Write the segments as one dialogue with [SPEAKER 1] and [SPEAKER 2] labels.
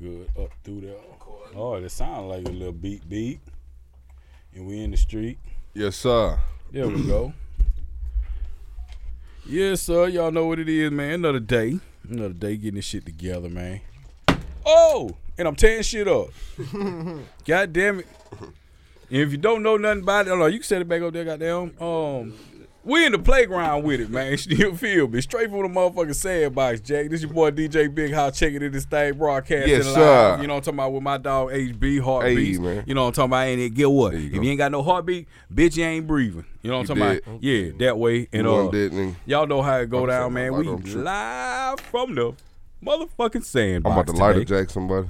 [SPEAKER 1] good up through there. Oh, it sounds like a little beat beat. And we in the street.
[SPEAKER 2] Yes, sir.
[SPEAKER 1] There we go. Yes, sir. Y'all know what it is, man. Another day. Another day getting this shit together, man. Oh, and I'm tearing shit up. God damn it. And if you don't know nothing about it, I don't know, you can set it back up there, goddamn. Um, we in the playground with it, man. You feel me? Straight from the motherfucking sandbox, Jack. This your boy DJ Big House checking in this thing, broadcasting
[SPEAKER 2] Yes,
[SPEAKER 1] live.
[SPEAKER 2] sir.
[SPEAKER 1] You know what I'm talking about with my dog HB Heartbeat.
[SPEAKER 2] Hey, man.
[SPEAKER 1] You know what I'm talking about? And it get what?
[SPEAKER 2] There you
[SPEAKER 1] if
[SPEAKER 2] go.
[SPEAKER 1] you ain't got no heartbeat, bitch, you ain't breathing. You know what I'm
[SPEAKER 2] You
[SPEAKER 1] talking
[SPEAKER 2] dead.
[SPEAKER 1] about? Yeah, that way. And
[SPEAKER 2] You know I'm
[SPEAKER 1] uh,
[SPEAKER 2] dead, nigga.
[SPEAKER 1] Y'all know how it go
[SPEAKER 2] I'm
[SPEAKER 1] down,
[SPEAKER 2] sorry,
[SPEAKER 1] man.
[SPEAKER 2] my
[SPEAKER 1] We
[SPEAKER 2] lighter, I'm tripping.
[SPEAKER 1] live from the motherfucking
[SPEAKER 2] I'm
[SPEAKER 1] sandbox.
[SPEAKER 2] about to lighter
[SPEAKER 1] today.
[SPEAKER 2] jack somebody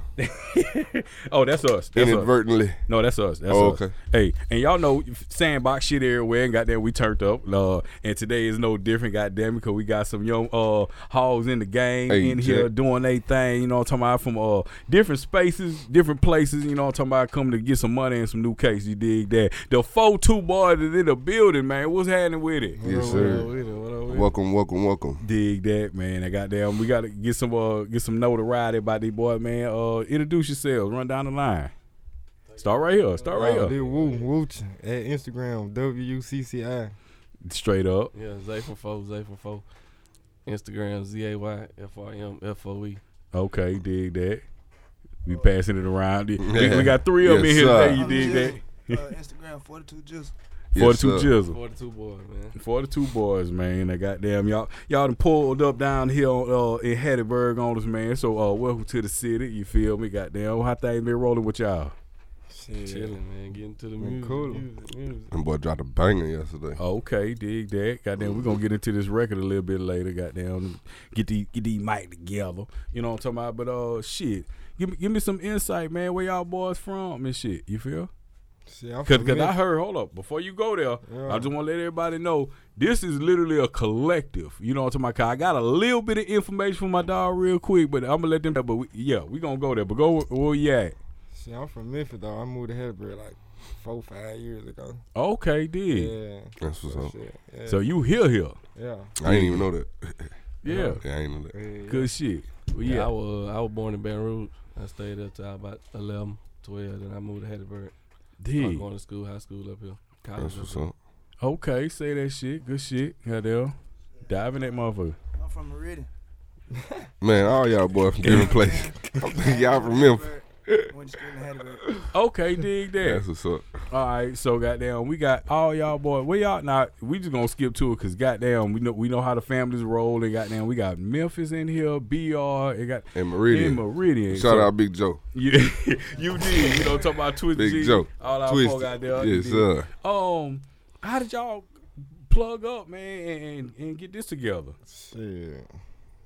[SPEAKER 1] Oh, that's us. That's us.
[SPEAKER 2] inadvertently.
[SPEAKER 1] No, that's us. That's
[SPEAKER 2] Oh,
[SPEAKER 1] us.
[SPEAKER 2] okay.
[SPEAKER 1] Hey, and y'all know sandbox shit everywhere and goddamn we turned up. Uh, and today is no different, goddamn, because we got some young uh hogs in the game
[SPEAKER 2] Hey,
[SPEAKER 1] in here
[SPEAKER 2] Jack.
[SPEAKER 1] doing their thing, you know what I'm talking about, from uh different spaces, different places, you know what I'm talking about, coming to get some money and some new case. You dig that? The four two boys is in the building, man. What's happening with it?
[SPEAKER 2] Yes, sir. Welcome, welcome, welcome.
[SPEAKER 1] Dig that, man. I goddamn, we gotta get some uh get some notoriety about these boys, man. Uh introduce yourselves, run down the line. Start right here. Start right
[SPEAKER 3] Oh,
[SPEAKER 1] here.
[SPEAKER 3] Lil Woo Wooch at Instagram WUCCI.
[SPEAKER 1] Straight up.
[SPEAKER 4] Yeah, Zay for four, Zay for four. Instagram Z A Y F R M F O E.
[SPEAKER 2] Oh.
[SPEAKER 1] Okay, dig that. We passing it around. We, we got three of them in
[SPEAKER 2] Yes,
[SPEAKER 1] here
[SPEAKER 2] sir.
[SPEAKER 1] today. You dig that?
[SPEAKER 5] Uh, Instagram 42 just.
[SPEAKER 2] Yes,
[SPEAKER 1] 42
[SPEAKER 2] sir.
[SPEAKER 1] Jizzle.
[SPEAKER 4] Forty-two boys, man.
[SPEAKER 1] For the two boys, man. They goddamn y'all y'all done pulled up down here on, uh, in Hattiesburg on us, man. So uh welcome to the city. You feel me? Goddamn. How things been rolling with y'all?
[SPEAKER 3] Shit.
[SPEAKER 4] Chilling, man. Getting to the
[SPEAKER 3] Man,
[SPEAKER 4] music.
[SPEAKER 3] cool.
[SPEAKER 4] music, music.
[SPEAKER 2] And boy dropped a banger yesterday.
[SPEAKER 1] Okay, dig that. Goddamn, we're gonna get into this record a little bit later. Goddamn, get the get the mic together. You know what I'm talking about? But uh, shit, give me give me some insight, man. Where y'all boys from and shit? You feel?
[SPEAKER 3] Shit, I'm
[SPEAKER 1] Cause,
[SPEAKER 3] from
[SPEAKER 1] 'cause I
[SPEAKER 3] Memphis.
[SPEAKER 1] heard. Hold up, before you go there,
[SPEAKER 3] Yeah.
[SPEAKER 1] I just want to let everybody know this is literally a collective. You know what I'm talking about? 'Cause I got a little bit of information from my dog real quick, but I'm gonna let them. But we, yeah, we gonna go there. But go where we at?
[SPEAKER 3] Shit, I'm from Memphis though. I moved to Hattiesburg like four, five years ago.
[SPEAKER 1] Okay,
[SPEAKER 3] Yeah.
[SPEAKER 1] did
[SPEAKER 2] That's what's
[SPEAKER 3] So
[SPEAKER 2] up.
[SPEAKER 3] shit, Yeah.
[SPEAKER 1] so you here here?
[SPEAKER 3] yeah.
[SPEAKER 2] I didn't even know that.
[SPEAKER 1] Yeah,
[SPEAKER 2] Yeah, I ain't know that.
[SPEAKER 3] Yeah,
[SPEAKER 1] good shit. Well,
[SPEAKER 4] Yeah,
[SPEAKER 1] yeah,
[SPEAKER 4] I was uh, I was born in Baton Rouge. I stayed up till I about 11, 12, then I moved to Hattiesburg. I was
[SPEAKER 1] did.
[SPEAKER 4] going to school, high school up here. College
[SPEAKER 2] That's
[SPEAKER 4] up
[SPEAKER 2] what's
[SPEAKER 4] here.
[SPEAKER 2] up.
[SPEAKER 1] Okay, say that shit. Good shit. Goddamn. Diving that motherfucker.
[SPEAKER 5] I'm from Meridian.
[SPEAKER 2] Man, all y'all boys from different places. I'm thinking y'all from Memphis.
[SPEAKER 5] Went to school in Hattiesburg.
[SPEAKER 1] Okay, dig that.
[SPEAKER 2] That's what's up.
[SPEAKER 1] All right, so goddamn, we got all y'all boy. Where y'all now? We just gonna skip to it because goddamn, we know we know how the families roll. And goddamn, we got Memphis in here, BR. It got
[SPEAKER 2] And
[SPEAKER 1] in
[SPEAKER 2] Meridian.
[SPEAKER 1] Meridian.
[SPEAKER 2] Shout
[SPEAKER 1] so-
[SPEAKER 2] out Big Joe.
[SPEAKER 1] Yeah, you did. You know, talking about Twisted
[SPEAKER 2] Big
[SPEAKER 1] G,
[SPEAKER 2] Joe.
[SPEAKER 1] All our folk out
[SPEAKER 2] Twisted.
[SPEAKER 1] there.
[SPEAKER 2] Yes,
[SPEAKER 1] you
[SPEAKER 2] sir.
[SPEAKER 1] did. Um, how did y'all plug up, man, and and get this together?
[SPEAKER 3] Shit.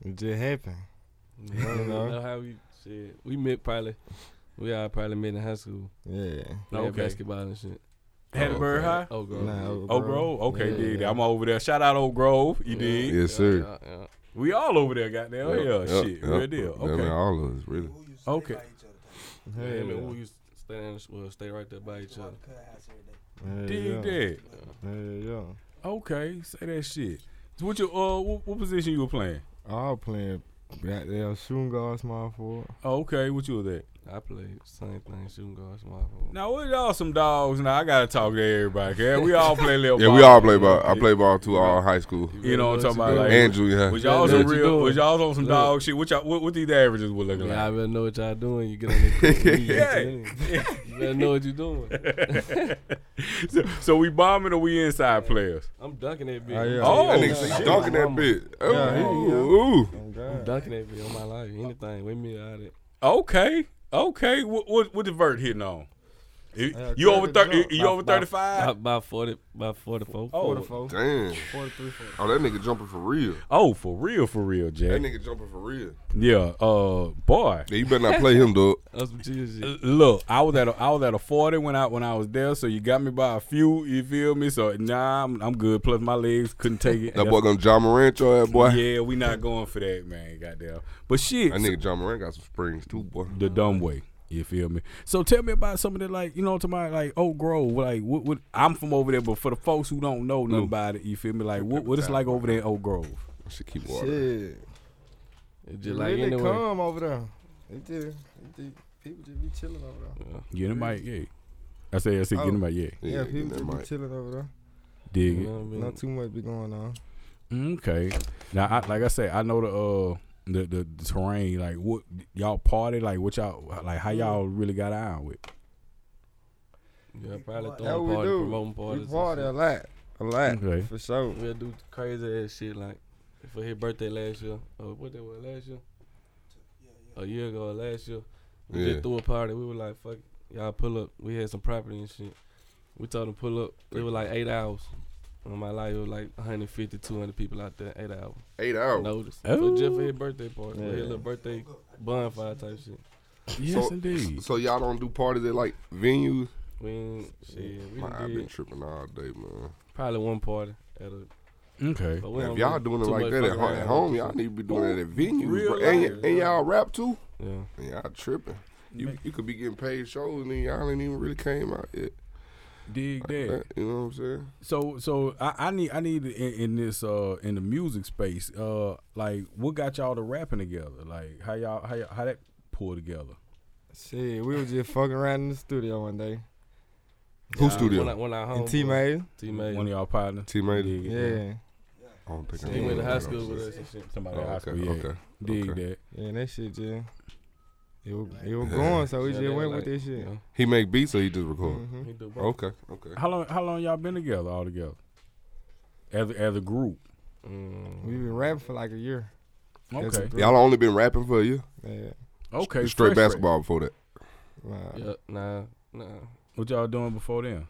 [SPEAKER 3] It just happened.
[SPEAKER 4] Yeah, you
[SPEAKER 3] know.
[SPEAKER 4] know how we shit. We met probably. We all probably met in high school.
[SPEAKER 3] Yeah.
[SPEAKER 4] We
[SPEAKER 1] Okay.
[SPEAKER 4] Had basketball and shit.
[SPEAKER 1] Hattiesburg
[SPEAKER 2] okay.
[SPEAKER 1] High.
[SPEAKER 4] Oh, girl.
[SPEAKER 3] Nah,
[SPEAKER 1] Oak Grove, okay,
[SPEAKER 4] Yeah,
[SPEAKER 1] dig that.
[SPEAKER 3] yeah.
[SPEAKER 1] I'm over there. Shout out Oak Grove, you dig?
[SPEAKER 2] Yes, sir.
[SPEAKER 4] Yeah, yeah.
[SPEAKER 1] We all over there, goddamn.
[SPEAKER 2] Yep,
[SPEAKER 1] yeah,
[SPEAKER 2] yep,
[SPEAKER 1] shit,
[SPEAKER 2] yep.
[SPEAKER 1] real deal.
[SPEAKER 2] Yeah,
[SPEAKER 1] Okay,
[SPEAKER 2] man, all of us, really.
[SPEAKER 5] Who used to
[SPEAKER 1] Okay.
[SPEAKER 5] stay by each other.
[SPEAKER 3] Yeah.
[SPEAKER 4] Yeah, I mean, we used to stay, in, well, stay right there by each
[SPEAKER 5] Walk
[SPEAKER 4] other.
[SPEAKER 5] the cut house every day.
[SPEAKER 3] Yeah,
[SPEAKER 1] dig
[SPEAKER 3] yeah.
[SPEAKER 1] that.
[SPEAKER 3] Yeah, yeah.
[SPEAKER 1] Okay, say that shit. So what your uh, what, what position you were playing?
[SPEAKER 3] I was playing goddamn shooting guard small forward.
[SPEAKER 1] Oh, okay, what you was at?
[SPEAKER 4] I played same thing, shooting guard, small forward.
[SPEAKER 1] Now we all some dogs. Now I gotta talk to everybody. Okay, we all play little.
[SPEAKER 2] Yeah,
[SPEAKER 1] ball.
[SPEAKER 2] we all play ball. I play ball too, all high school.
[SPEAKER 1] You know what I'm talking about? Like,
[SPEAKER 2] And junior high.
[SPEAKER 1] was y'all some
[SPEAKER 4] What you
[SPEAKER 1] real?
[SPEAKER 4] doing?
[SPEAKER 1] Was y'all on some
[SPEAKER 4] Look.
[SPEAKER 1] dog shit? What y'all? What, what these averages would look
[SPEAKER 4] Yeah, I
[SPEAKER 1] like?
[SPEAKER 4] better know what y'all doing. You get on the court, you you better know what you're doing.
[SPEAKER 1] so, so we bombing or we inside players?
[SPEAKER 4] I'm dunking that bitch.
[SPEAKER 3] Oh, yeah.
[SPEAKER 1] Oh,
[SPEAKER 2] That
[SPEAKER 1] yeah.
[SPEAKER 2] nigga said you dunking that bitch.
[SPEAKER 3] Yeah, he-
[SPEAKER 2] Ooh.
[SPEAKER 3] Oh,
[SPEAKER 4] I'm
[SPEAKER 3] God.
[SPEAKER 4] dunking that bitch on my life. Anything with me out it.
[SPEAKER 1] Okay, okay. What what, what the vert hitting on? You,
[SPEAKER 3] Yeah,
[SPEAKER 1] you over
[SPEAKER 3] Curtis
[SPEAKER 1] Uh, thirty?
[SPEAKER 3] Jones.
[SPEAKER 1] You over thirty five?
[SPEAKER 3] Ah.
[SPEAKER 4] About, about forty, about forty-four.
[SPEAKER 3] Four to
[SPEAKER 1] Oh,
[SPEAKER 3] four.
[SPEAKER 2] Damn.
[SPEAKER 3] Four to three, four.
[SPEAKER 2] Oh, that nigga jumping for real.
[SPEAKER 1] oh, for real, for real,
[SPEAKER 2] That
[SPEAKER 1] Jack.
[SPEAKER 2] nigga jumping for real.
[SPEAKER 1] Yeah, uh, boy.
[SPEAKER 2] Yeah, you better not play him, dog.
[SPEAKER 3] Oh.
[SPEAKER 4] That's some chill shit.
[SPEAKER 1] Look, I was at a, I was at a forty when I when I was there, so you got me by a few. You feel me? So nah, I'm, I'm good. Plus my legs couldn't take it.
[SPEAKER 2] That boy gonna John Morant your ass, boy.
[SPEAKER 1] Yeah, we not going for that, man. Goddamn. But shit,
[SPEAKER 2] That nigga John Morant got some springs too, boy.
[SPEAKER 1] the dumb way. You feel me? So tell me about some of the like, you know, to my like Oak Grove. Like, what, what? I'm from over there, but for the folks who don't know nothing about it, you feel me? Like, what, what it's like over there, in Oak Grove?
[SPEAKER 2] She keep water.
[SPEAKER 3] Shit.
[SPEAKER 4] It's
[SPEAKER 3] You
[SPEAKER 4] just like
[SPEAKER 3] really
[SPEAKER 4] anywhere.
[SPEAKER 3] come over there. It just, it just, people just be chilling over there.
[SPEAKER 4] Yeah.
[SPEAKER 1] Get in my yeah. I said I said
[SPEAKER 2] Oh.
[SPEAKER 1] get in my yeah.
[SPEAKER 3] Yeah,
[SPEAKER 2] get
[SPEAKER 3] people
[SPEAKER 2] that
[SPEAKER 3] just be
[SPEAKER 2] mic.
[SPEAKER 3] chilling over there.
[SPEAKER 1] Dig
[SPEAKER 4] You
[SPEAKER 1] it.
[SPEAKER 4] know what I mean?
[SPEAKER 3] Not too much be going on.
[SPEAKER 1] Mm, Okay. Now, I, like I say, I know the uh the, the the terrain. Like what y'all party? Like what y'all like? How y'all really got on with?
[SPEAKER 4] yeah, probably
[SPEAKER 5] That
[SPEAKER 4] throwing
[SPEAKER 3] we
[SPEAKER 4] parties,
[SPEAKER 3] do.
[SPEAKER 4] promoting parties.
[SPEAKER 3] We
[SPEAKER 4] and
[SPEAKER 3] party
[SPEAKER 4] shit.
[SPEAKER 3] a lot, a lot
[SPEAKER 1] Okay.
[SPEAKER 3] for sure.
[SPEAKER 4] We'll do crazy ass shit like for his birthday last year. Or what that was last year? A year ago or last year. We
[SPEAKER 2] Yeah.
[SPEAKER 4] just threw a party. We were like, fuck, it. y'all pull up. We had some property and shit. We told them pull up. It was like eight hours. On my life, it was like 150, 200 people out there, eight hours.
[SPEAKER 2] Eight hours.
[SPEAKER 4] Notice.
[SPEAKER 1] Oh.
[SPEAKER 4] For just for his birthday party. For
[SPEAKER 3] Yeah.
[SPEAKER 4] his little birthday bonfire type shit.
[SPEAKER 1] Yes,
[SPEAKER 2] So-
[SPEAKER 1] indeed.
[SPEAKER 2] So y'all don't do parties at like venues?
[SPEAKER 4] We ain't, shit, we
[SPEAKER 2] Man, I've
[SPEAKER 4] done
[SPEAKER 2] been
[SPEAKER 4] did
[SPEAKER 2] tripping all day, man.
[SPEAKER 4] probably one party at a.
[SPEAKER 1] Okay.
[SPEAKER 4] But we
[SPEAKER 2] Man,
[SPEAKER 4] don't
[SPEAKER 2] if y'all
[SPEAKER 4] really
[SPEAKER 2] doing it
[SPEAKER 4] too
[SPEAKER 2] like
[SPEAKER 4] much
[SPEAKER 2] that at,
[SPEAKER 4] fuck
[SPEAKER 2] ho-
[SPEAKER 4] around
[SPEAKER 2] at
[SPEAKER 4] with
[SPEAKER 2] home,
[SPEAKER 4] it.
[SPEAKER 2] y'all need to be doing it at venues,
[SPEAKER 1] real
[SPEAKER 2] bro. And,
[SPEAKER 1] life.
[SPEAKER 2] y- and y'all rap too.
[SPEAKER 4] Yeah.
[SPEAKER 2] Man, y'all tripping. You you could be getting paid shows and then y'all ain't even really came out yet.
[SPEAKER 1] Dig that.
[SPEAKER 2] You know what I'm saying?
[SPEAKER 1] So so I, I need I need in, in this uh in the music space uh like what got y'all to rapping together? Like how y'all how y'all, how that pull together?
[SPEAKER 3] Shit, we was just fucking around in the studio one day.
[SPEAKER 2] Who
[SPEAKER 4] Nah, When I,
[SPEAKER 2] studio?
[SPEAKER 4] when I home,
[SPEAKER 3] And teammates,
[SPEAKER 4] teammate.
[SPEAKER 1] One of y'all partners.
[SPEAKER 2] Teammate.
[SPEAKER 1] Dig it.
[SPEAKER 3] yeah,
[SPEAKER 2] I don't think I
[SPEAKER 4] He
[SPEAKER 2] know
[SPEAKER 4] went to high
[SPEAKER 2] that.
[SPEAKER 4] school with us and shit.
[SPEAKER 1] Somebody
[SPEAKER 2] Oh,
[SPEAKER 1] in high
[SPEAKER 2] okay,
[SPEAKER 1] school. Yeah.
[SPEAKER 2] okay.
[SPEAKER 1] Dig
[SPEAKER 2] okay.
[SPEAKER 1] that.
[SPEAKER 3] yeah, and that shit just, it was, it was
[SPEAKER 2] Yeah.
[SPEAKER 3] going, so Oh, we
[SPEAKER 4] Yeah,
[SPEAKER 3] just
[SPEAKER 4] they
[SPEAKER 3] went
[SPEAKER 4] like-
[SPEAKER 3] with this shit.
[SPEAKER 4] yeah,
[SPEAKER 2] He make beats or he just record?
[SPEAKER 3] Mhm.
[SPEAKER 4] he do
[SPEAKER 1] Mm-hmm.
[SPEAKER 4] both.
[SPEAKER 2] Okay, okay.
[SPEAKER 1] How long how long y'all been together all together? As a- as a group.
[SPEAKER 4] Mm.
[SPEAKER 3] We been rapping for like a year. That's
[SPEAKER 1] Okay.
[SPEAKER 3] a
[SPEAKER 2] Y'all only been rapping for a year?
[SPEAKER 3] Yeah,
[SPEAKER 1] Okay.
[SPEAKER 2] Straight
[SPEAKER 1] fresh rap.
[SPEAKER 2] basketball before that.
[SPEAKER 3] wow.
[SPEAKER 4] Yeah, nah, nah.
[SPEAKER 1] What y'all doing before then?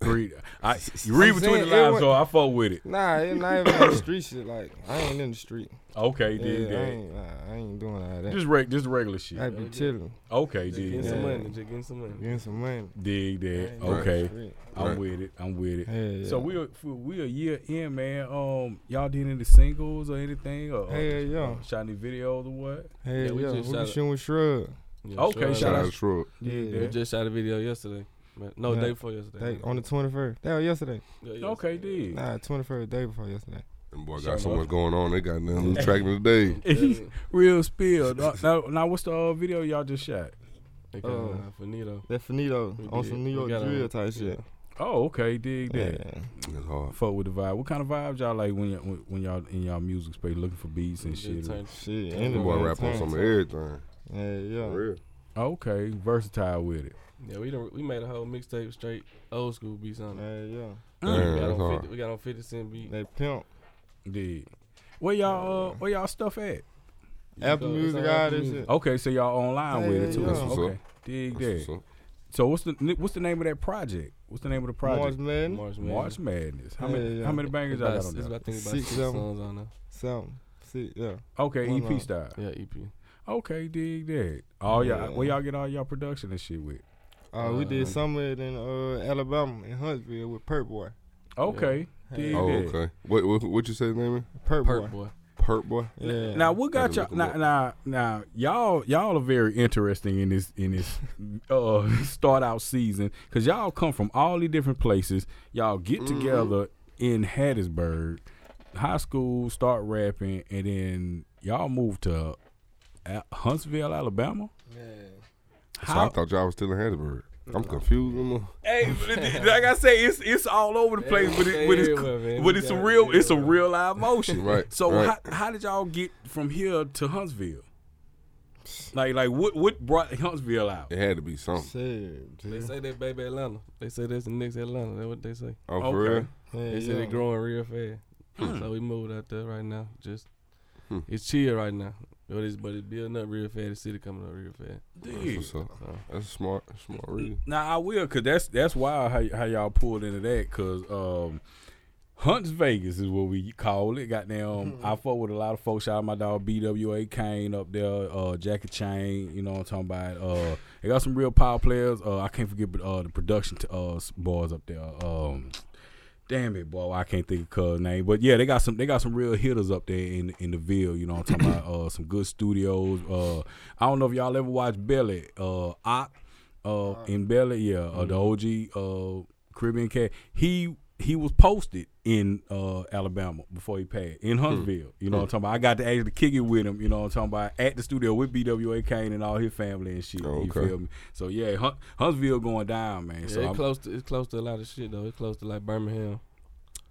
[SPEAKER 1] Read, I you read between
[SPEAKER 3] I'm
[SPEAKER 1] the
[SPEAKER 3] saying it
[SPEAKER 1] lines,
[SPEAKER 3] wa-
[SPEAKER 1] so I fuck with it.
[SPEAKER 3] Nah, it's not even like street shit. Like I ain't in the street.
[SPEAKER 1] Okay,
[SPEAKER 3] Yeah,
[SPEAKER 1] dig
[SPEAKER 3] I,
[SPEAKER 1] that.
[SPEAKER 3] ain't, nah, I ain't doing all that.
[SPEAKER 1] Just reg, just regular shit.
[SPEAKER 3] I be chilling,
[SPEAKER 1] Okay,
[SPEAKER 4] Just getting
[SPEAKER 1] dig
[SPEAKER 4] some
[SPEAKER 1] that.
[SPEAKER 3] Yeah.
[SPEAKER 4] money. Just getting some money.
[SPEAKER 3] getting some money.
[SPEAKER 1] Dig that.
[SPEAKER 3] Ain't doing
[SPEAKER 1] Eh, Okay,
[SPEAKER 3] shit.
[SPEAKER 1] I'm
[SPEAKER 2] Right.
[SPEAKER 1] with it. I'm with it.
[SPEAKER 3] Hell yeah.
[SPEAKER 1] So we are, we a year in, man. Um, y'all did any singles or anything or, or
[SPEAKER 3] Hell yeah.
[SPEAKER 1] uh, shot any videos or what?
[SPEAKER 3] Hell
[SPEAKER 4] Yeah,
[SPEAKER 3] yeah,
[SPEAKER 4] we
[SPEAKER 3] we,
[SPEAKER 4] just
[SPEAKER 3] be
[SPEAKER 4] shot it.
[SPEAKER 3] shooting with Shrug.
[SPEAKER 4] Yeah,
[SPEAKER 1] Okay,
[SPEAKER 4] sure.
[SPEAKER 1] shout
[SPEAKER 2] Shout
[SPEAKER 1] out-
[SPEAKER 2] out Shrug.
[SPEAKER 1] Dig
[SPEAKER 3] Yeah.
[SPEAKER 4] We
[SPEAKER 1] that.
[SPEAKER 4] just shot a video yesterday. man. No,
[SPEAKER 3] Yeah.
[SPEAKER 4] day before yesterday.
[SPEAKER 3] They, on the twenty first. That was yesterday.
[SPEAKER 4] Yeah, yesterday.
[SPEAKER 1] Okay, dig.
[SPEAKER 3] Nah, twenty first day before yesterday.
[SPEAKER 2] Them boy
[SPEAKER 1] Shout
[SPEAKER 2] got so
[SPEAKER 1] out.
[SPEAKER 2] much going on. They got nothing lose track of the day.
[SPEAKER 4] I'm telling you,
[SPEAKER 1] Real spill. now, now, now what's the uh, video y'all just shot?
[SPEAKER 4] They got
[SPEAKER 3] Oh.
[SPEAKER 4] uh, Finito.
[SPEAKER 3] That finito
[SPEAKER 4] We
[SPEAKER 3] on
[SPEAKER 4] did.
[SPEAKER 3] some New
[SPEAKER 4] We
[SPEAKER 3] York
[SPEAKER 4] got
[SPEAKER 3] drill
[SPEAKER 4] on-
[SPEAKER 3] type
[SPEAKER 4] yeah.
[SPEAKER 3] shit.
[SPEAKER 1] Oh, okay, dig
[SPEAKER 3] Yeah.
[SPEAKER 1] that.
[SPEAKER 2] It's hard.
[SPEAKER 1] Fuck with the vibe. What kind of vibes y'all like when y'all, when- when y'all in y'all music space looking for beats
[SPEAKER 4] We
[SPEAKER 1] and
[SPEAKER 4] just
[SPEAKER 1] shit?
[SPEAKER 4] turned-
[SPEAKER 3] Shit.
[SPEAKER 4] Them
[SPEAKER 3] and
[SPEAKER 2] Them
[SPEAKER 3] the
[SPEAKER 2] boy
[SPEAKER 3] man
[SPEAKER 2] rap on
[SPEAKER 3] turned-
[SPEAKER 2] some of everything.
[SPEAKER 3] Yeah,
[SPEAKER 2] For
[SPEAKER 3] yeah.
[SPEAKER 2] real.
[SPEAKER 1] Okay, versatile with it.
[SPEAKER 4] Yeah, we done, we made a whole mixtape straight old school beats on it.
[SPEAKER 3] Yeah, yeah.
[SPEAKER 2] Damn,
[SPEAKER 3] Uh.
[SPEAKER 4] we, got
[SPEAKER 2] that's
[SPEAKER 4] on
[SPEAKER 2] hard.
[SPEAKER 4] 50, we got on 50 Cent beat.
[SPEAKER 3] They pimp.
[SPEAKER 1] Dig. Where y'all uh, where y'all stuff at?
[SPEAKER 3] Apple
[SPEAKER 4] It's on
[SPEAKER 3] Music, all
[SPEAKER 4] Apple
[SPEAKER 3] that
[SPEAKER 4] Music.
[SPEAKER 3] shit.
[SPEAKER 1] Okay, so y'all online with it too.
[SPEAKER 3] Yeah, yeah,
[SPEAKER 2] yeah.
[SPEAKER 1] Okay, dig
[SPEAKER 2] That's
[SPEAKER 1] that.
[SPEAKER 2] what's up.
[SPEAKER 1] So what's the what's the name of that project? What's the name of the
[SPEAKER 3] March
[SPEAKER 1] project?
[SPEAKER 3] Madness.
[SPEAKER 4] March,
[SPEAKER 1] March Madness. How
[SPEAKER 3] Yeah,
[SPEAKER 1] many
[SPEAKER 3] yeah.
[SPEAKER 1] how many bangers
[SPEAKER 4] Madness.
[SPEAKER 1] y'all got
[SPEAKER 4] It's
[SPEAKER 1] on
[SPEAKER 4] about, it's
[SPEAKER 1] there?
[SPEAKER 4] about, I think about
[SPEAKER 3] Six,
[SPEAKER 4] six,
[SPEAKER 3] seven.
[SPEAKER 4] songs on there.
[SPEAKER 3] Something. See, yeah.
[SPEAKER 1] Okay,
[SPEAKER 3] one
[SPEAKER 1] EP
[SPEAKER 3] line.
[SPEAKER 1] style.
[SPEAKER 4] Yeah, EP.
[SPEAKER 1] Okay, dig that. All
[SPEAKER 3] Yeah.
[SPEAKER 1] y'all where y'all get all y'all production and shit with?
[SPEAKER 3] Uh, we
[SPEAKER 4] Uh,
[SPEAKER 3] did somewhere in uh, Alabama in Huntsville with Perp Boy.
[SPEAKER 1] Okay, dig
[SPEAKER 2] Oh,
[SPEAKER 1] that.
[SPEAKER 2] okay. What, what what you say his name is?
[SPEAKER 3] Perp,
[SPEAKER 4] Perk
[SPEAKER 3] Boy.
[SPEAKER 4] boy.
[SPEAKER 2] Perk boy.
[SPEAKER 3] Yeah.
[SPEAKER 1] Now what got
[SPEAKER 2] Gotta
[SPEAKER 1] y'all?
[SPEAKER 2] look 'em
[SPEAKER 1] Now,
[SPEAKER 2] up.
[SPEAKER 1] now, now, y'all, y'all are very interesting in this in this uh, start out season because y'all come from all the different places. Y'all get
[SPEAKER 2] Mm-hmm.
[SPEAKER 1] together in Hattiesburg, high school, start rapping, and then y'all move to uh, Huntsville, Alabama.
[SPEAKER 2] So I
[SPEAKER 1] How?
[SPEAKER 2] thought y'all was still in Hattiesburg. I'm confused. I'm
[SPEAKER 1] hey, like I say, it's it's all over the place, but it, but it's
[SPEAKER 4] Everywhere, man.
[SPEAKER 1] but
[SPEAKER 4] We
[SPEAKER 1] it's a
[SPEAKER 4] got-
[SPEAKER 1] real it's a real live motion.
[SPEAKER 2] Right,
[SPEAKER 1] So
[SPEAKER 2] right.
[SPEAKER 1] how how did y'all get from here to Huntsville? Like like what what brought Huntsville out?
[SPEAKER 2] it had to be something.
[SPEAKER 3] Shit.
[SPEAKER 4] They
[SPEAKER 3] G.
[SPEAKER 4] say that baby Atlanta. They say that's the next Atlanta. That's what they say.
[SPEAKER 2] Oh, for
[SPEAKER 1] Okay.
[SPEAKER 2] real?
[SPEAKER 3] Yeah,
[SPEAKER 4] They said
[SPEAKER 3] yeah.
[SPEAKER 4] it growing real fast. so we moved out there right now. Just
[SPEAKER 2] Hmm.
[SPEAKER 4] it's chill right now. But it's but it's building up real fast. The city coming up real fast.
[SPEAKER 2] That's
[SPEAKER 1] Dude.
[SPEAKER 2] what's up.
[SPEAKER 4] So
[SPEAKER 2] That's smart. Smart reading.
[SPEAKER 1] Now I will cause that's that's wild how how y'all pulled into that cause um Hunts Vegas is what we call it. Goddamn, I fuck with a lot of folks. Shout out my dog BWA Kane up there, uh, Jackie Chain. You know what I'm talking about. Uh, they got some real power players. Uh, I can't forget uh, the production t- uh, s- boys up there. Um, damn it, boy, I can't think of cuz name. But yeah, they got some they got some real hitters up there in in the Ville. You know what I'm talking about. Uh, some good studios. Uh, I don't know if y'all ever watched Belly. Uh, Ock, uh, in Belly, yeah, uh, the OG uh Caribbean cat. He he was posted in uh, Alabama before he passed in Huntsville. You know what I'm talking about? I got to actually kick it with him. You know what I'm talking about? At the studio with BWA Kane and all his family and shit.
[SPEAKER 2] Oh,
[SPEAKER 1] You
[SPEAKER 2] okay.
[SPEAKER 1] feel me? So yeah, Hun- Huntsville going down, man.
[SPEAKER 4] Yeah,
[SPEAKER 1] so I'm-
[SPEAKER 4] it's close to it's close to a lot of shit though. It's close to like Birmingham.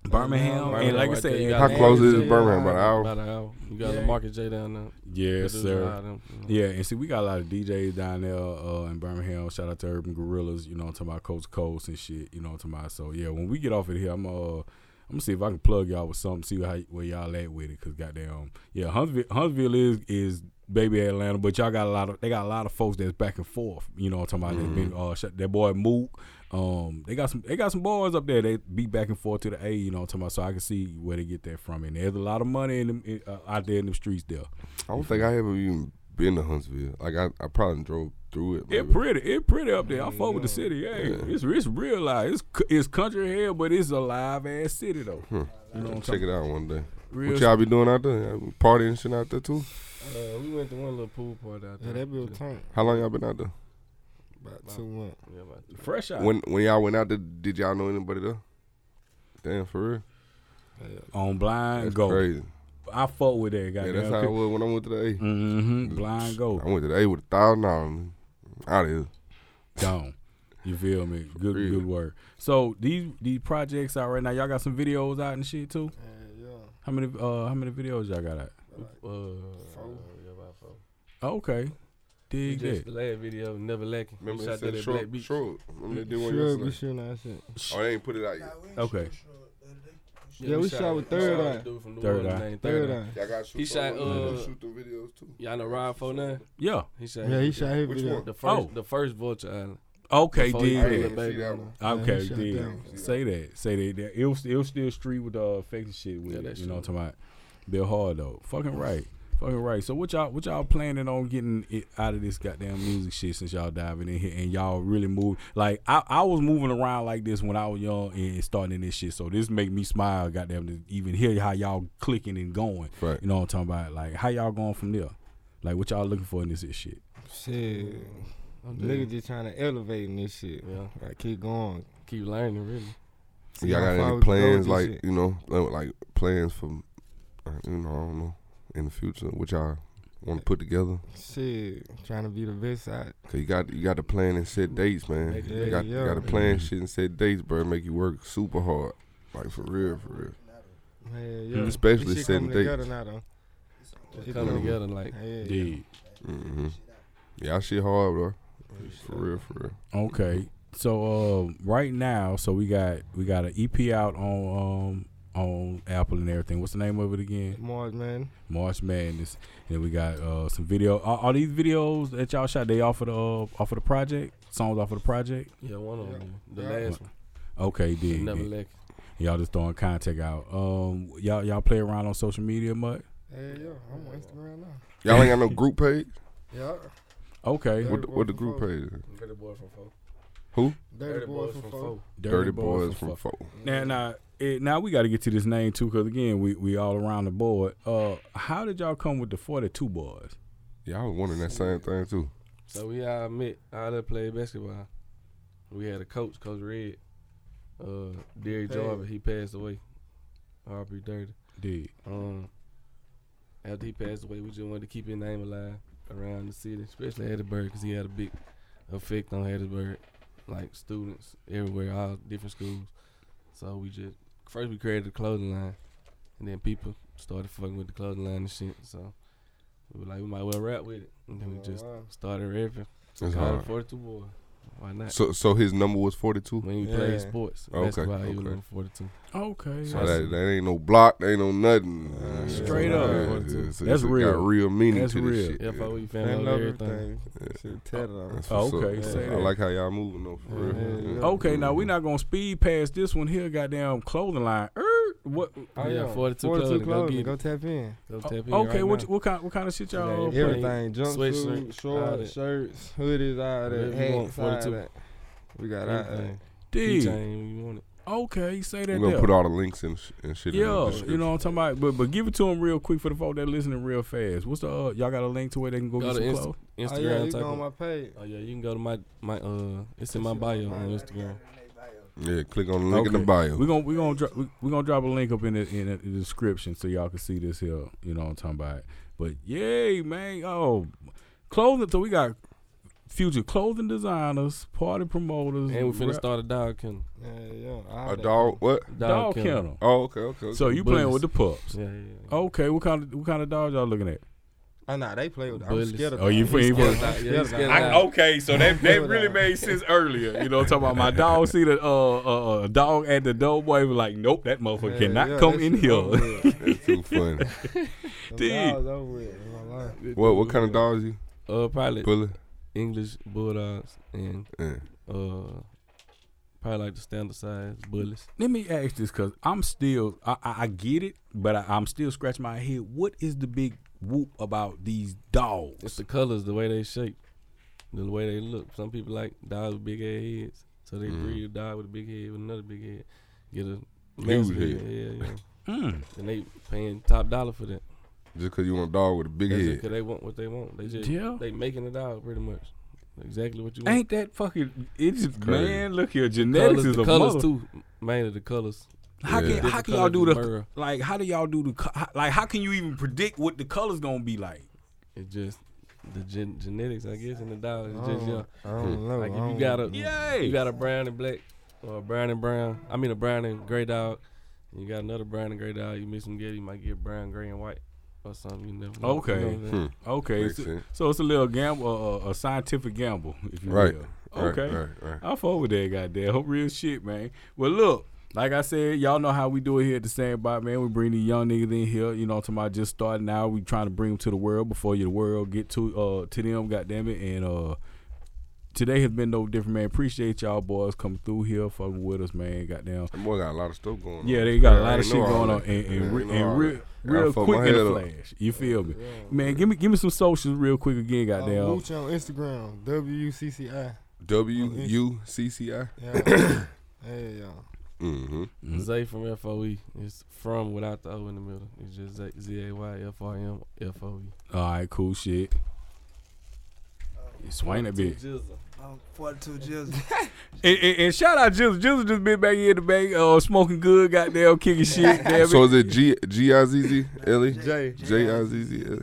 [SPEAKER 1] Birmingham,
[SPEAKER 4] Birmingham
[SPEAKER 1] and like I
[SPEAKER 4] right there,
[SPEAKER 1] said,
[SPEAKER 4] you got
[SPEAKER 2] How
[SPEAKER 4] Atlanta,
[SPEAKER 2] close is
[SPEAKER 4] yeah,
[SPEAKER 2] Birmingham? About an hour?
[SPEAKER 4] About an hour. You got
[SPEAKER 1] Yeah.
[SPEAKER 4] a market J down there.
[SPEAKER 1] yes,
[SPEAKER 4] Producers
[SPEAKER 1] sir.
[SPEAKER 4] hire them, you know.
[SPEAKER 1] Yeah, and see, we got a lot of DJs down there uh, in Birmingham. Shout out to Urban Gorillas, you know, what I'm talking about Coast to Coast and shit, you know, what I'm talking about. So yeah, when we get off of here, I'm uh, I'm gonna see if I can plug y'all with something, see how where y'all at with it, cause goddamn, yeah, Huntsville, Huntsville is is baby Atlanta, but y'all got a lot of they got a lot of folks that's back and forth, you know, what I'm talking about. That's been uh, shut- that boy Mook, um, they got some they got some boys up there. They be back and forth to the A, you know, what I'm talking about. So I can see where they get that from, and there's a lot of money in them in, uh, out there in them streets there.
[SPEAKER 2] I don't think I ever even been to Huntsville. Like I, I probably drove through it.
[SPEAKER 1] It
[SPEAKER 2] maybe.
[SPEAKER 1] pretty, it pretty up there. I fuck with the city. Yeah, it's it's real live. It's c- it's country hell, but it's a live ass city though. You know what I'm
[SPEAKER 2] Hmm. Check
[SPEAKER 1] talking?
[SPEAKER 2] it out one day.
[SPEAKER 1] Real
[SPEAKER 2] what y'all be doing out there? Y'all be Partying and shit out there too?
[SPEAKER 4] Uh, we went to one little pool party out
[SPEAKER 3] Yeah,
[SPEAKER 4] there.
[SPEAKER 3] that be a
[SPEAKER 4] Shit.
[SPEAKER 3] tank.
[SPEAKER 2] How long y'all been out there?
[SPEAKER 3] About two months.
[SPEAKER 4] Yeah, about that.
[SPEAKER 1] fresh out
[SPEAKER 2] When when y'all went out there, did y'all know anybody there? Damn, for real.
[SPEAKER 1] on blind
[SPEAKER 2] That's
[SPEAKER 1] go.
[SPEAKER 2] crazy.
[SPEAKER 1] I fuck with that
[SPEAKER 2] Yeah,
[SPEAKER 1] goddamn.
[SPEAKER 2] that's how it was when I went to the A.
[SPEAKER 1] mm-hmm. Blind
[SPEAKER 2] I
[SPEAKER 1] go
[SPEAKER 2] went to the A with a thousand dollars. Out of here.
[SPEAKER 1] gone. You feel me? Good
[SPEAKER 2] real.
[SPEAKER 1] good word. So these these projects out right now. Y'all got some videos out and shit too.
[SPEAKER 3] Yeah, yeah.
[SPEAKER 1] How many uh how many videos y'all got out?
[SPEAKER 4] Uh,
[SPEAKER 3] Four.
[SPEAKER 4] yeah, about four.
[SPEAKER 1] Okay,
[SPEAKER 4] We
[SPEAKER 1] dig
[SPEAKER 4] just
[SPEAKER 1] that.
[SPEAKER 4] the last video, never lacking.
[SPEAKER 2] Remember
[SPEAKER 4] we
[SPEAKER 2] they
[SPEAKER 4] shot that
[SPEAKER 2] said
[SPEAKER 4] at
[SPEAKER 2] shrug,
[SPEAKER 4] Black Beach.
[SPEAKER 2] shrug. Remember they did one
[SPEAKER 3] Shrug, we
[SPEAKER 2] yesterday?
[SPEAKER 3] shooting that shit.
[SPEAKER 2] Oh, they ain't put it out yet.
[SPEAKER 1] Okay.
[SPEAKER 3] Yeah, we shot with
[SPEAKER 4] we
[SPEAKER 3] Third
[SPEAKER 4] shot
[SPEAKER 3] Eye.
[SPEAKER 4] the dude from New
[SPEAKER 1] Third
[SPEAKER 4] Orleans
[SPEAKER 1] Eye.
[SPEAKER 4] named
[SPEAKER 3] Third
[SPEAKER 4] Eye.
[SPEAKER 3] eye.
[SPEAKER 2] Y'all got shoot
[SPEAKER 4] He shot,
[SPEAKER 2] some-
[SPEAKER 4] uh,
[SPEAKER 2] shoot the videos too.
[SPEAKER 4] Y'all know Rod 49?
[SPEAKER 1] Yeah.
[SPEAKER 4] He shot.
[SPEAKER 3] Yeah, he shot his
[SPEAKER 2] Which
[SPEAKER 3] video.
[SPEAKER 2] one?
[SPEAKER 4] The first,
[SPEAKER 1] Oh.
[SPEAKER 4] the first Vulture Island.
[SPEAKER 1] Okay,
[SPEAKER 4] Before you
[SPEAKER 2] I
[SPEAKER 1] dig
[SPEAKER 4] did
[SPEAKER 1] that.
[SPEAKER 4] it.
[SPEAKER 2] didn't see that one.
[SPEAKER 3] Yeah,
[SPEAKER 1] Okay,
[SPEAKER 3] he shot
[SPEAKER 1] dig.
[SPEAKER 3] that
[SPEAKER 2] one.
[SPEAKER 1] Say that. Say that. that. It was it was still street with the uh, effects and shit with
[SPEAKER 4] Yeah,
[SPEAKER 1] it.
[SPEAKER 4] that
[SPEAKER 1] You know what
[SPEAKER 4] shit.
[SPEAKER 1] I'm talking about? They're hard though. Fucking right. Fucking right. So what y'all what y'all planning on getting it out of this goddamn music shit since y'all diving in here and y'all really move like I, I was moving around like this when I was young and starting this shit. So this make me smile, goddamn, to even hear how y'all clicking and going.
[SPEAKER 2] Right.
[SPEAKER 1] You know what I'm talking about? Like how y'all going from there? Like what y'all looking for in this shit?
[SPEAKER 3] Shit.
[SPEAKER 4] I'm just-
[SPEAKER 3] Niggas just trying to elevate in this shit.
[SPEAKER 4] Yeah,
[SPEAKER 3] Like, keep going.
[SPEAKER 4] keep learning, really.
[SPEAKER 3] See
[SPEAKER 2] Y'all
[SPEAKER 3] how
[SPEAKER 2] got any
[SPEAKER 3] far we can go with
[SPEAKER 2] plans
[SPEAKER 3] this
[SPEAKER 2] like
[SPEAKER 3] shit.
[SPEAKER 2] you know like- like plans for uh, you know I don't know in the future which y'all want to put together?
[SPEAKER 3] Shit. Trying to be the best out.
[SPEAKER 2] Cause you got you got to plan and set dates, man.
[SPEAKER 4] Make it
[SPEAKER 2] You got,
[SPEAKER 3] big, yeah.
[SPEAKER 2] got to
[SPEAKER 4] Mm-hmm.
[SPEAKER 2] plan shit and set dates, bro. Make you work super hard, like for real, for real.
[SPEAKER 3] Man, yeah.
[SPEAKER 2] Especially
[SPEAKER 3] This shit
[SPEAKER 2] setting
[SPEAKER 3] coming
[SPEAKER 2] dates.
[SPEAKER 3] together now, though.
[SPEAKER 4] It's coming
[SPEAKER 2] Mhm.
[SPEAKER 4] together like
[SPEAKER 3] Yeah, yeah.
[SPEAKER 1] Dig.
[SPEAKER 2] Mm-hmm. Y'all shit hard, bro. For real, for real.
[SPEAKER 1] Okay. So uh, right now, so we got we got an EP out on um on Apple and everything. What's the name of it again?
[SPEAKER 3] Mars, man.
[SPEAKER 1] March Madness. And then we got uh some video. Are, are these videos that y'all shot? They off of the uh, off of the project songs off of the project.
[SPEAKER 4] yeah, one of them. The
[SPEAKER 3] Yeah.
[SPEAKER 4] last one,
[SPEAKER 1] Okay, dig.
[SPEAKER 4] never
[SPEAKER 1] it.
[SPEAKER 4] lacking.
[SPEAKER 1] Y'all just throwing contact out. Um, y'all y'all play around on social media much?
[SPEAKER 3] Hey, yo. I'm on Instagram now.
[SPEAKER 2] Y'all ain't got no group page.
[SPEAKER 3] Yeah.
[SPEAKER 1] Okay.
[SPEAKER 3] Yeah.
[SPEAKER 2] What the- what the group page? Is?
[SPEAKER 4] Dirty boy from four.
[SPEAKER 3] Dirty, Boys from Four.
[SPEAKER 2] Dirty boys from
[SPEAKER 1] Fuck.
[SPEAKER 2] four.
[SPEAKER 1] Now, now, it, now we got to get to this name too, because again, we we all around the board. Uh, how did y'all come with the forty-two boys?
[SPEAKER 2] Y'all was wondering that same thing too.
[SPEAKER 4] So we all met. All that played basketball. We had a coach, Coach Red. Uh, Derrick
[SPEAKER 3] Hey.
[SPEAKER 4] Jarvis, he passed away. R.B. Dirty.
[SPEAKER 1] Did
[SPEAKER 4] Um, after he passed away, we just wanted to keep his name alive around the city, especially Hattiesburg, because he had a big effect on Hattiesburg, like students everywhere, all different schools. So we just first we created the clothing line, and then people started fucking with the clothing line and shit. So we were like, we might well rap with it, and then we just
[SPEAKER 3] Wow.
[SPEAKER 4] started rapping.
[SPEAKER 2] That's
[SPEAKER 4] Called
[SPEAKER 2] hard.
[SPEAKER 4] it 42 boy. Why not?
[SPEAKER 2] So so his number was forty two.
[SPEAKER 4] when you play
[SPEAKER 3] Yeah.
[SPEAKER 4] sports,
[SPEAKER 2] Okay,
[SPEAKER 4] basketball, he was
[SPEAKER 2] okay.
[SPEAKER 4] number 42.
[SPEAKER 1] okay.
[SPEAKER 2] So
[SPEAKER 1] that's-
[SPEAKER 2] that, that ain't no block, that ain't no nothing.
[SPEAKER 3] Uh,
[SPEAKER 1] straight
[SPEAKER 2] Yeah,
[SPEAKER 1] up.
[SPEAKER 2] yeah, so
[SPEAKER 1] That's
[SPEAKER 2] it
[SPEAKER 1] real.
[SPEAKER 2] Got real meaning
[SPEAKER 1] That's
[SPEAKER 2] to this
[SPEAKER 1] real. E.
[SPEAKER 2] shit. yeah.
[SPEAKER 4] FOE
[SPEAKER 3] Man,
[SPEAKER 4] E, family,
[SPEAKER 3] love
[SPEAKER 4] love everything.
[SPEAKER 3] everything. Shit, tatted on.
[SPEAKER 2] That's
[SPEAKER 1] Oh,
[SPEAKER 2] what's up.
[SPEAKER 1] okay, say
[SPEAKER 2] Yeah. I
[SPEAKER 1] that.
[SPEAKER 2] like how y'all moving though, for real.
[SPEAKER 3] Yeah, yeah.
[SPEAKER 1] okay, now we're not gonna speed past this one here. Goddamn clothing line. Er, what?
[SPEAKER 4] Oh, yeah, 42,
[SPEAKER 3] 42
[SPEAKER 4] clothing. Go
[SPEAKER 3] clothing.
[SPEAKER 4] get
[SPEAKER 3] Go,
[SPEAKER 4] it.
[SPEAKER 3] tap in.
[SPEAKER 4] Go
[SPEAKER 1] o-
[SPEAKER 4] tap in
[SPEAKER 1] Oh, okay,
[SPEAKER 4] right
[SPEAKER 1] what
[SPEAKER 4] now.
[SPEAKER 1] what kind what kind of shit y'all uh,
[SPEAKER 4] Yeah,
[SPEAKER 1] play?
[SPEAKER 3] Everything. Jumpsuit,
[SPEAKER 4] Sweatshirt, all
[SPEAKER 3] shorts,
[SPEAKER 4] that.
[SPEAKER 3] shirts, hoodies, all that.
[SPEAKER 4] Whatever you want,
[SPEAKER 3] Hats, all
[SPEAKER 4] 42.
[SPEAKER 3] that. We got all that. Oh,
[SPEAKER 4] Everything.
[SPEAKER 1] Dig.
[SPEAKER 4] Keychain, you
[SPEAKER 1] Oh,
[SPEAKER 4] want it.
[SPEAKER 1] Okay, say that.
[SPEAKER 2] We're gonna
[SPEAKER 1] there.
[SPEAKER 2] put all the links and, sh- and shit in the
[SPEAKER 1] yeah,
[SPEAKER 2] description.
[SPEAKER 1] you know what I'm talking about. But but give it to them real quick for the folk that listening real fast. What's the uh, y'all got a link to where they can go,
[SPEAKER 4] Go
[SPEAKER 1] get some
[SPEAKER 4] to Insta-
[SPEAKER 1] clothes?
[SPEAKER 4] Instagram
[SPEAKER 3] oh, yeah, you
[SPEAKER 4] type
[SPEAKER 3] go on
[SPEAKER 4] of,
[SPEAKER 3] my page.
[SPEAKER 4] Oh yeah, you can go to my my uh it's in my bio on Instagram.
[SPEAKER 2] Yeah, click on the link in
[SPEAKER 1] Okay.
[SPEAKER 2] the bio.
[SPEAKER 1] We're gonna we're gonna dro- we- we gonna drop a link up in the in the, in the description so y'all can see this here. You know what I'm talking about. But yay, man! Oh, clothing. So we got future clothing designers, party promoters,
[SPEAKER 4] And we finna
[SPEAKER 1] Mm-hmm. rap-
[SPEAKER 4] start a dog kennel.
[SPEAKER 3] Yeah, yeah. all
[SPEAKER 2] a
[SPEAKER 3] that.
[SPEAKER 2] dog. What?
[SPEAKER 1] dog kennel.
[SPEAKER 2] Oh, okay, okay. okay.
[SPEAKER 1] So you playing with the pups?
[SPEAKER 4] Yeah, yeah. yeah.
[SPEAKER 1] Okay, what kind of what kind of dogs y'all looking at?
[SPEAKER 3] Oh, nah, they play with. I'm
[SPEAKER 4] Bullies.
[SPEAKER 3] scared of.
[SPEAKER 1] Oh, you
[SPEAKER 3] dogs.
[SPEAKER 1] for- you
[SPEAKER 3] I'm
[SPEAKER 1] for-
[SPEAKER 3] scared of dogs.
[SPEAKER 4] Yeah, yeah,
[SPEAKER 3] I'm
[SPEAKER 4] yeah.
[SPEAKER 3] scared of
[SPEAKER 1] I, okay, so that that really
[SPEAKER 3] Nah.
[SPEAKER 1] made sense earlier. You know, talking about my dog see the uh, uh, uh dog at the door, boy was like, nope, that motherfucker
[SPEAKER 3] dogs.
[SPEAKER 1] cannot
[SPEAKER 3] Yeah, yeah,
[SPEAKER 1] come
[SPEAKER 3] that
[SPEAKER 1] in
[SPEAKER 3] shit over
[SPEAKER 1] here.
[SPEAKER 3] with.
[SPEAKER 2] That's too funny.
[SPEAKER 3] Them
[SPEAKER 1] Dude.
[SPEAKER 3] dogs over with, ain't gonna lie.
[SPEAKER 2] what? What kind of dog is you?
[SPEAKER 4] Uh, probably
[SPEAKER 2] Puller.
[SPEAKER 4] English bulldogs and
[SPEAKER 2] Yeah.
[SPEAKER 4] uh, probably like the standard size bullies.
[SPEAKER 1] Let me ask this because I'm still I, I, I get it, but I, I'm still scratching my head. What is the big whoop about these
[SPEAKER 4] It's
[SPEAKER 1] dogs?
[SPEAKER 4] the colors, the way they shape, the way they look. Some people like dogs with big ass heads, so they
[SPEAKER 2] Mhm.
[SPEAKER 4] breed a dog with a big head with another big head, get a massive
[SPEAKER 2] head.
[SPEAKER 4] head. Yeah, yeah.
[SPEAKER 1] Mm.
[SPEAKER 4] and they paying top dollar for that.
[SPEAKER 2] Just because you want a dog with a big
[SPEAKER 4] That's
[SPEAKER 2] head.
[SPEAKER 4] because they want what they want. They just
[SPEAKER 1] Yeah.
[SPEAKER 4] they making the dog pretty much exactly what you want.
[SPEAKER 1] Ain't that fucking? It's just,
[SPEAKER 2] Crazy.
[SPEAKER 1] man. Look here, genetics
[SPEAKER 4] colors,
[SPEAKER 1] is
[SPEAKER 4] the
[SPEAKER 1] a
[SPEAKER 4] colors
[SPEAKER 1] mother.
[SPEAKER 4] too, mainly the colors.
[SPEAKER 1] How
[SPEAKER 2] Yeah.
[SPEAKER 1] can how
[SPEAKER 4] Different
[SPEAKER 1] can y'all do
[SPEAKER 4] colors
[SPEAKER 1] the
[SPEAKER 4] of burrow.
[SPEAKER 1] like? How do y'all do the co- how, like? How can you even predict what the colors gonna be like?
[SPEAKER 4] It's just the gen- genetics, I guess, in the dog.
[SPEAKER 3] I
[SPEAKER 4] It's just yeah.
[SPEAKER 3] don't- I don't
[SPEAKER 1] Oh,
[SPEAKER 3] know.
[SPEAKER 4] Like
[SPEAKER 3] I
[SPEAKER 4] if you
[SPEAKER 3] don't-
[SPEAKER 4] got a you
[SPEAKER 1] Yay!
[SPEAKER 4] got a brown and black or a brown and brown. I mean a brown and gray dog. And you got another brown and gray dog. You mix them together, you might get brown, gray, and white or something. You never know.
[SPEAKER 1] Okay.
[SPEAKER 4] You know what I'm saying?
[SPEAKER 2] Hmm.
[SPEAKER 1] okay,
[SPEAKER 2] Makes
[SPEAKER 1] so,
[SPEAKER 2] sense.
[SPEAKER 1] so it's a little gamble, uh, a scientific gamble, if you
[SPEAKER 2] Right.
[SPEAKER 1] will.
[SPEAKER 2] Right,
[SPEAKER 1] Okay.
[SPEAKER 2] Right. Right.
[SPEAKER 1] I'm forward there, goddamn. Hope real shit, man. Well, look, like I said, y'all know how we do it here at the Sandbox, man. We bring these young niggas in here, you know, what I'm talking about just starting out. We trying to bring them to the world before your world get to uh to them, goddamn it. And uh, today has been no different, man. Appreciate y'all boys coming through here, fucking with us, man. Goddamn.
[SPEAKER 2] That boy got a lot of stuff going on.
[SPEAKER 1] Yeah, they got a
[SPEAKER 2] I
[SPEAKER 1] lot of
[SPEAKER 2] ain't
[SPEAKER 1] shit
[SPEAKER 2] know all
[SPEAKER 1] going on,
[SPEAKER 2] that.
[SPEAKER 1] and,
[SPEAKER 2] Yeah, I
[SPEAKER 1] and, re-
[SPEAKER 2] ain't know all
[SPEAKER 1] and real,
[SPEAKER 2] that. I
[SPEAKER 1] real
[SPEAKER 2] fuck
[SPEAKER 1] quick
[SPEAKER 2] my
[SPEAKER 1] in
[SPEAKER 2] head
[SPEAKER 1] the
[SPEAKER 2] up.
[SPEAKER 1] flash. You feel me,
[SPEAKER 3] Yeah.
[SPEAKER 1] man? Give me give me some socials real quick again,
[SPEAKER 3] Uh,
[SPEAKER 2] Oh,
[SPEAKER 1] goddamn.
[SPEAKER 3] Mooch on Instagram, WUCCI.
[SPEAKER 2] W U C C I.
[SPEAKER 3] Yeah. hey, y'all.
[SPEAKER 2] Mm-hmm.
[SPEAKER 1] Mhm.
[SPEAKER 4] Zay from FOE. It's from without the O in the middle. It's just Zay- Z A Y F R M F O E.
[SPEAKER 1] All right, cool shit.
[SPEAKER 2] Oh,
[SPEAKER 1] You swing that bitch.
[SPEAKER 4] Jizzle.
[SPEAKER 5] I'm 42 Jizzle.
[SPEAKER 1] And, and, and shout out Jizzle. Jizzle just been back here the bank, uh, smoking good, goddamn, kicking shit. Damn
[SPEAKER 2] So
[SPEAKER 1] it.
[SPEAKER 2] is it G G I Z Z L E
[SPEAKER 3] J.
[SPEAKER 2] J I Z Z L E?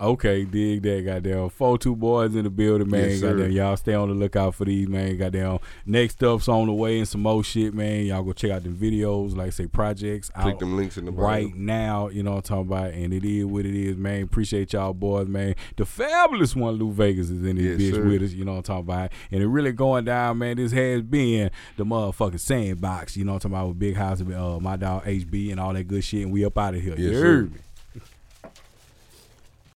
[SPEAKER 1] Okay, dig that, goddamn. Four two boys in the building, man.
[SPEAKER 2] Yes, sir.
[SPEAKER 1] goddamn, y'all stay on the lookout for these, man. Goddamn, next stuff's on the way and some more shit, man. Y'all go check out them videos, like say projects
[SPEAKER 2] Click
[SPEAKER 1] out
[SPEAKER 2] them links in the bio.
[SPEAKER 1] right now. You know what I'm talking about, and it is what it is, man. Appreciate y'all boys, man. The fabulous one, Lou Vegas, is in this
[SPEAKER 2] Yes,
[SPEAKER 1] bitch
[SPEAKER 2] sir.
[SPEAKER 1] with us. You know what I'm talking about, and it really going down, man. This has been the motherfucking sandbox. You know what I'm talking about with Big House, and, uh, my dog HB, and all that good shit. And we up out of here.
[SPEAKER 2] Yes,
[SPEAKER 1] You
[SPEAKER 2] sir.
[SPEAKER 1] heard me?